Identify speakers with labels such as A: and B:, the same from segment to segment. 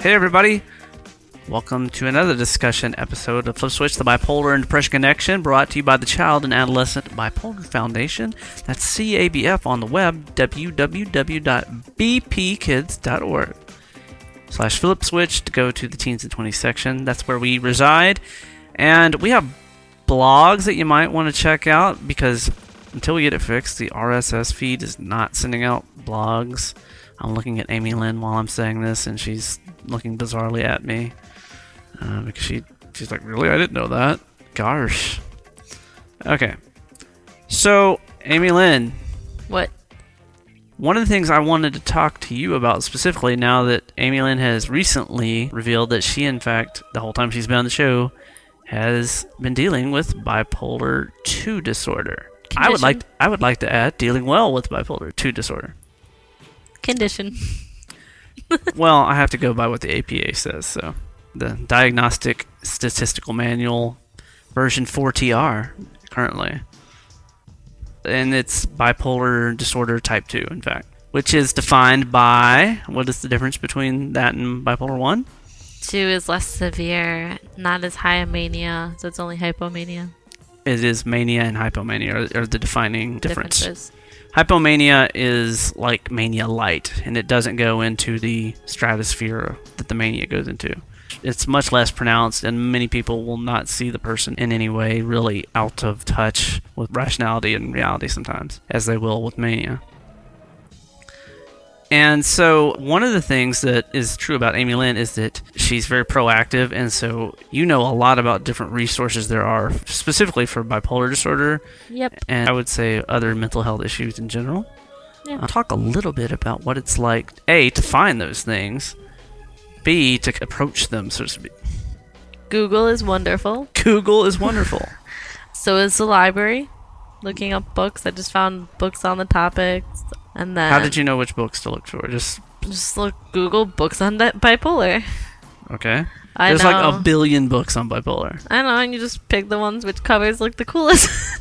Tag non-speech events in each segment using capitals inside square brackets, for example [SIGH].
A: Hey, everybody. Welcome to another discussion episode of Flip Switch, the Bipolar and Depression Connection, brought to you by the Child and Adolescent Bipolar Foundation. That's CABF on the web, www.bpkids.org. Slash Flip Switch to go to the Teens and 20s section. That's where we reside. And we have blogs that you might want to check out because until we get it fixed, the RSS feed is not sending out blogs. I'm looking at Amy Lynn while I'm saying this, and she's looking bizarrely at me uh, because she she's like, "Really? I didn't know that." Gosh. Okay. So, Amy Lynn,
B: What?
A: one of the things I wanted to talk to you about specifically, now that Amy Lynn has recently revealed that she, in fact, the whole time she's been on the show, has been dealing with bipolar two disorder. I would
B: Condition.
A: like I would like to add dealing well with bipolar two disorder.
B: Condition.
A: well, I have to go by what the APA says. So, the Diagnostic Statistical Manual, version 4TR, currently, and it's bipolar disorder type two, in fact, which is defined by what is the difference between that and bipolar one?
B: Two is less severe, not as high a mania, so it's only hypomania.
A: It is mania and hypomania are, are the defining difference.
B: Differences.
A: Hypomania is like mania light, and it doesn't go into the stratosphere that the mania goes into. It's much less pronounced, and many people will not see the person in any way really out of touch with rationality and reality sometimes, as they will with mania. And so, one of the things that is true about Amy Lynn is that she's very proactive, and so you know a lot about different resources there are specifically for bipolar disorder
B: Yep.
A: and I would say other mental health issues in general.
B: Yeah.
A: Uh, talk a little bit about what it's like, A, to find those things, B, to approach them, so to speak.
B: Google is wonderful.
A: Google is
B: [LAUGHS]
A: wonderful.
B: So is the library. Looking up books. I just found books on the topics. And then
A: How did you know which books to look for? Just,
B: just look Google books on di- bipolar.
A: okay.
B: I
A: There's
B: know.
A: like a billion books on bipolar.
B: I know, and you just pick the ones which covers look the coolest. [LAUGHS]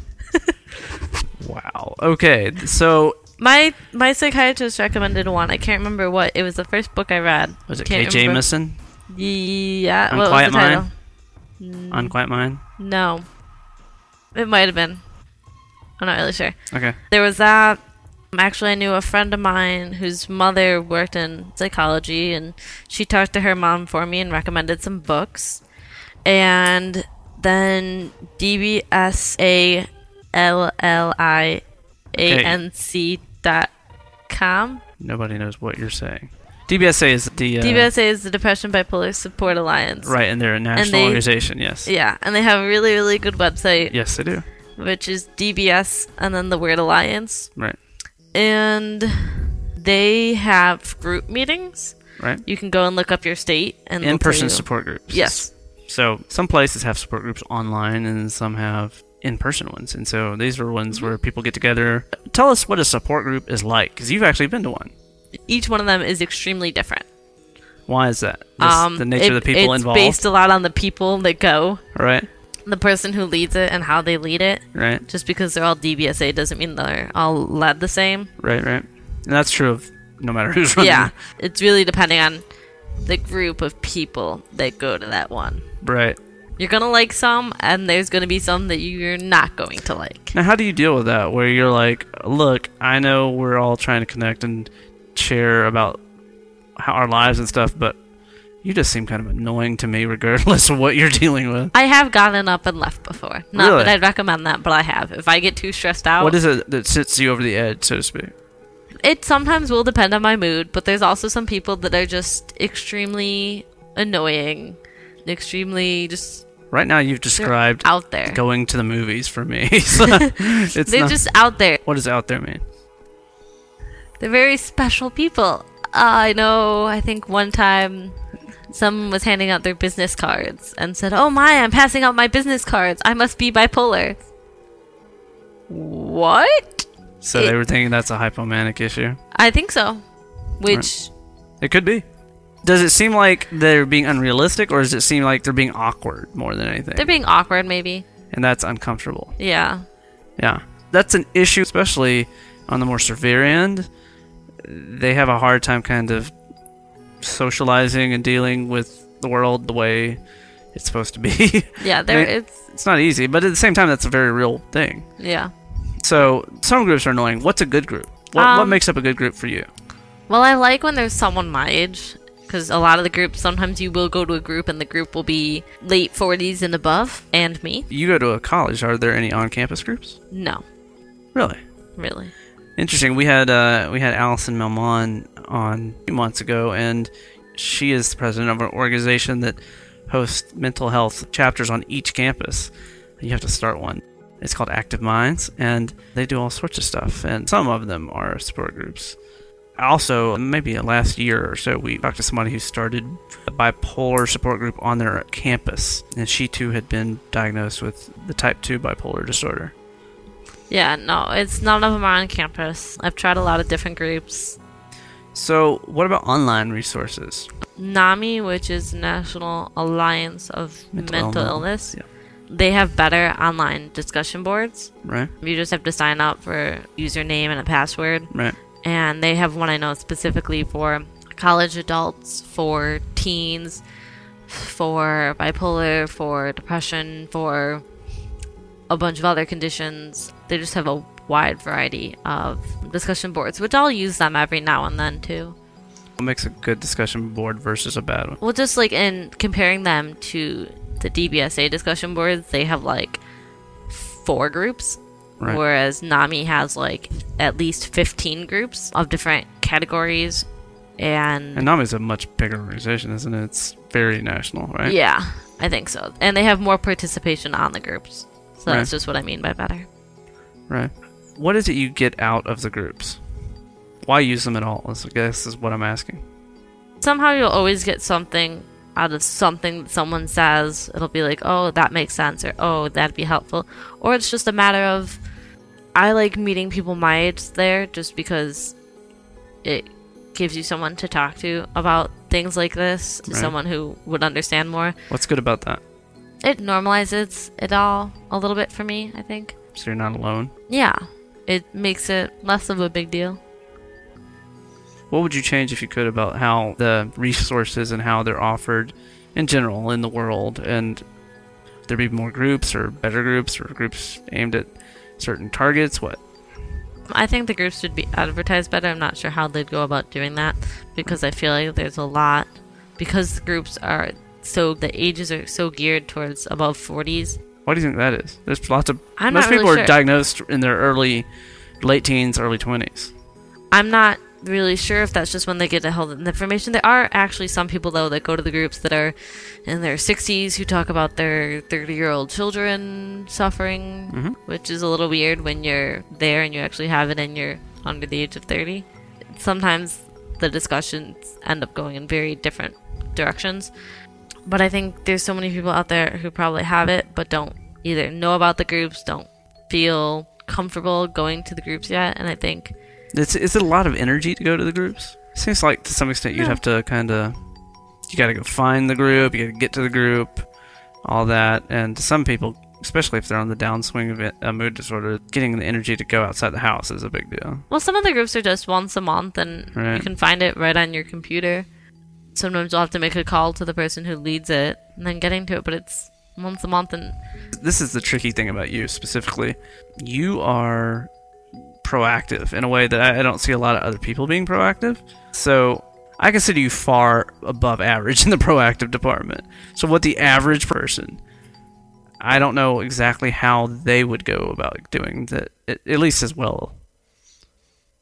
A: Wow. Okay, so
B: my my psychiatrist recommended one. I can't remember what. It was the first book I read.
A: was it
B: Can't
A: K.J.
B: remember.
A: Jameson?
B: Yeah.
A: On
B: what
A: Quiet
B: was the title? Mm,
A: Mind? On Quiet Mind?
B: No. It might have been. I'm not really sure.
A: Okay.
B: There was that. Um, Actually, I knew a friend of mine whose mother worked in psychology, and she talked to her mom for me and recommended some books. And then DBSALLIANC dot com.
A: Nobody knows what you're saying. DBSA is the. Uh,
B: DBSA is the Depression Bipolar Support Alliance.
A: Right, and they're a national
B: they-
A: organization, yes.
B: Yeah, and they have a really, really good website,
A: Yes, they do.
B: which is DBS and then the word alliance.
A: Right,
B: and they have group meetings.
A: right.
B: You can go and look up your state and
A: In person
B: support.
A: support groups.
B: Yes,
A: So some places have support groups online, and some have in-person ones. And so these are ones where
B: Mm-hmm.
A: people get together. Tell us what a support group is like, because you've actually been to one.
B: each one of them is extremely different. Um,
A: Why is that? Just the nature
B: it-
A: of the people
B: it's
A: involved,
B: based a lot on the people that go,
A: right?
B: the person who leads it, and how they lead it.
A: Right,
B: Just because they're all DBSA doesn't mean they're all led the same.
A: right, right. And that's true of no matter [LAUGHS] who's running.
B: Yeah, it's really depending on the group of people that go to that one.
A: Right.
B: You're gonna like some, and there's gonna be some that you're not going to like.
A: Now, how do you deal with that? Where you're like, look, I know we're all trying to connect and share about how our lives and stuff, but you just seem kind of annoying to me, regardless of what you're [LAUGHS] dealing with.
B: I have gotten up and left before. Not
A: Really?
B: that I'd recommend that, but I have. If I get too stressed out,
A: What is it that sits you over the edge, so to speak?
B: it sometimes will depend on my mood, but there's also some people that are just extremely annoying, extremely just
A: Right now, you've described
B: out there.
A: going to the movies for me. [LAUGHS]
B: [LAUGHS]
A: So it's
B: They're
A: not,
B: just out there.
A: what does out there mean?
B: They're very special people. Uh, I know, I think one time someone was handing out their business cards and said, Oh my, I'm passing out my business cards. I must be bipolar. What?
A: So they were thinking that's a hypomanic issue.
B: I think so. Which.
A: It could be. Does it seem like they're being unrealistic, or does it seem like they're being awkward more than anything?
B: They're being awkward, maybe.
A: and that's uncomfortable.
B: Yeah.
A: Yeah, that's an issue, especially on the more severe end. They have a hard time kind of socializing and dealing with the world the way it's supposed to be. [LAUGHS]
B: Yeah. There.
A: Right.
B: It's.
A: it's not easy, but at the same time, that's a very real thing.
B: Yeah.
A: So some groups are annoying. What's a good group? What, what
B: Um,
A: makes up a good group for you?
B: Well, I like when there's someone my age because a lot of the groups sometimes you will go to a group and the group will be late 40s and above and me.
A: You go to a college. Are there any on-campus groups?
B: No,
A: Really?
B: really.
A: Interesting. We had uh, we had Allison Melmon on a few months ago, and she is the president of an organization that hosts mental health chapters on each campus. You have to start one. It's called Active Minds, and they do all sorts of stuff. And some of them are support groups. Also, maybe last year or so, we talked to somebody who started a bipolar support group on their campus, and she too had been diagnosed with the type two bipolar disorder.
B: Yeah, no, it's none of them are on campus. I've tried a lot of different groups.
A: So, what about online resources?
B: NAMI, which is National Alliance of
A: Mental
B: Mental,
A: Illness,
B: Illness,
A: yeah.
B: they have better online discussion boards.
A: Right,
B: You just have to sign up for username and a password.
A: right.
B: and they have one I know specifically for college adults, for teens, for bipolar, for depression, for a bunch of other conditions. They just have a wide variety of discussion boards, which I'll use them every now and then too.
A: What makes a good discussion board versus a bad one?
B: Well, just like in comparing them to the DBSA discussion boards, they have like four groups,
A: Right.
B: whereas NAMI has like at least 15 groups of different categories. And,
A: And NAMI is a much bigger organization, isn't it? It's very national, right?
B: yeah, I think so. And they have more participation on the groups. So
A: Right.
B: that's just what I mean by better.
A: Right. What is it you get out of the groups? Why use them at all? is- I guess is what I'm asking.
B: somehow you'll always get something out of something that someone says. It'll be like, oh, that makes sense, or oh, that'd be helpful. Or it's just a matter of, I like meeting people my age there just because it gives you someone to talk to about things like this, to
A: Right.
B: someone who would understand more.
A: What's good about that?
B: It normalizes it all a little bit for me, I think.
A: So you're not alone.
B: Yeah, it makes it less of a big deal.
A: What would you change if you could about how the resources and how they're offered in general in the world? And there be more groups or better groups or groups aimed at certain targets? What?
B: I think the groups would be advertised better. I'm not sure how they'd go about doing that because I feel like there's a lot because the groups are so the ages are so geared towards above 40s.
A: Why do you think that is? There's lots of
B: I'm
A: most
B: not
A: people
B: really
A: are
B: sure.
A: diagnosed in their early, late teens, early twenties.
B: I'm not really sure if that's just when they get a hold of the information. There are actually some people though that go to the groups that are in their 60s who talk about their 30-year-old children suffering,
A: Mhm.
B: which is a little weird when you're there and you actually have it and you're under the age of 30. Sometimes the discussions end up going in very different directions. But I think there's so many people out there who probably have it but don't either know about the groups, don't feel comfortable going to the groups yet, and I think
A: It's is it a lot of energy to go to the groups? Seems like to some extent you'd
B: No.
A: have to kind of you got to go find the group, you got to get to the group, all that, and some people, especially if they're on the downswing of it, a mood disorder, getting the energy to go outside the house is a big deal.
B: Well, some of the groups are just once a month, and
A: Right.
B: you can find it right on your computer. Sometimes you'll have to make a call to the person who leads it, and then getting to it. But it's once a month, and
A: This is the tricky thing about you specifically. You are proactive in a way that I, I don't see a lot of other people being proactive. So I consider you far above average in the [LAUGHS] proactive department. So what the average person, I don't know exactly how they would go about doing that, at at least as well.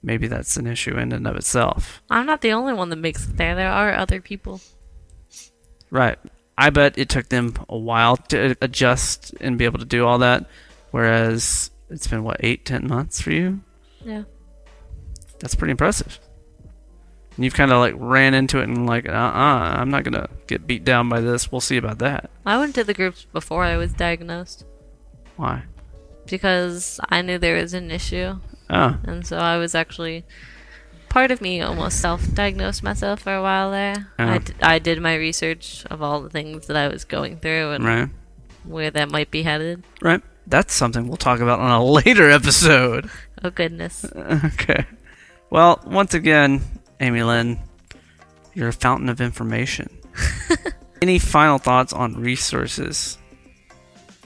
A: Maybe that's an issue in and of itself.
B: I'm not the only one that makes it there. There are other people.
A: Right. I bet it took them a while to adjust and be able to do all that, whereas it's been what eight, ten months for you.
B: Yeah.
A: That's pretty impressive. And you've kind of like ran into it and like, uh, uh-uh, uh, i am not gonna get beat down by this. We'll see about that.
B: I went to the groups before I was diagnosed
A: Why?
B: because I knew there was an issue,
A: Oh,
B: and so I was actually part of me almost self-diagnosed myself for a while there.
A: Yeah.
B: I, d- I did my research of all the things that I was going through and
A: right.
B: where that might be headed.
A: Right? That's something we'll talk about on a [LAUGHS] later episode. [LAUGHS]
B: Oh goodness.
A: okay. Well, once again, Amy Lynn, you're a fountain of information. Any final thoughts on resources?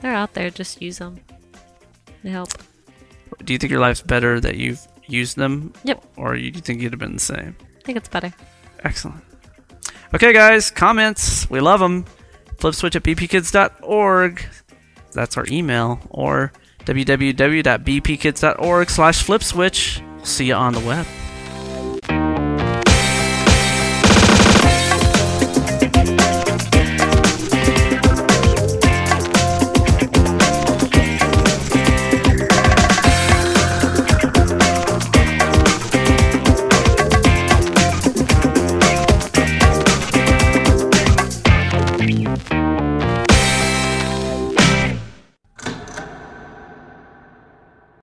B: They're out there, just use them. They help.
A: Do you think your life's better that you've used them?
B: Yep.
A: Or you do you think you'd have been the same?
B: I think it's better.
A: Excellent. Okay, guys, comments. We love them. Flipswitch at bpkids.org. That's our email. Or www.bpkids.org slash flipswitch. See you on the web.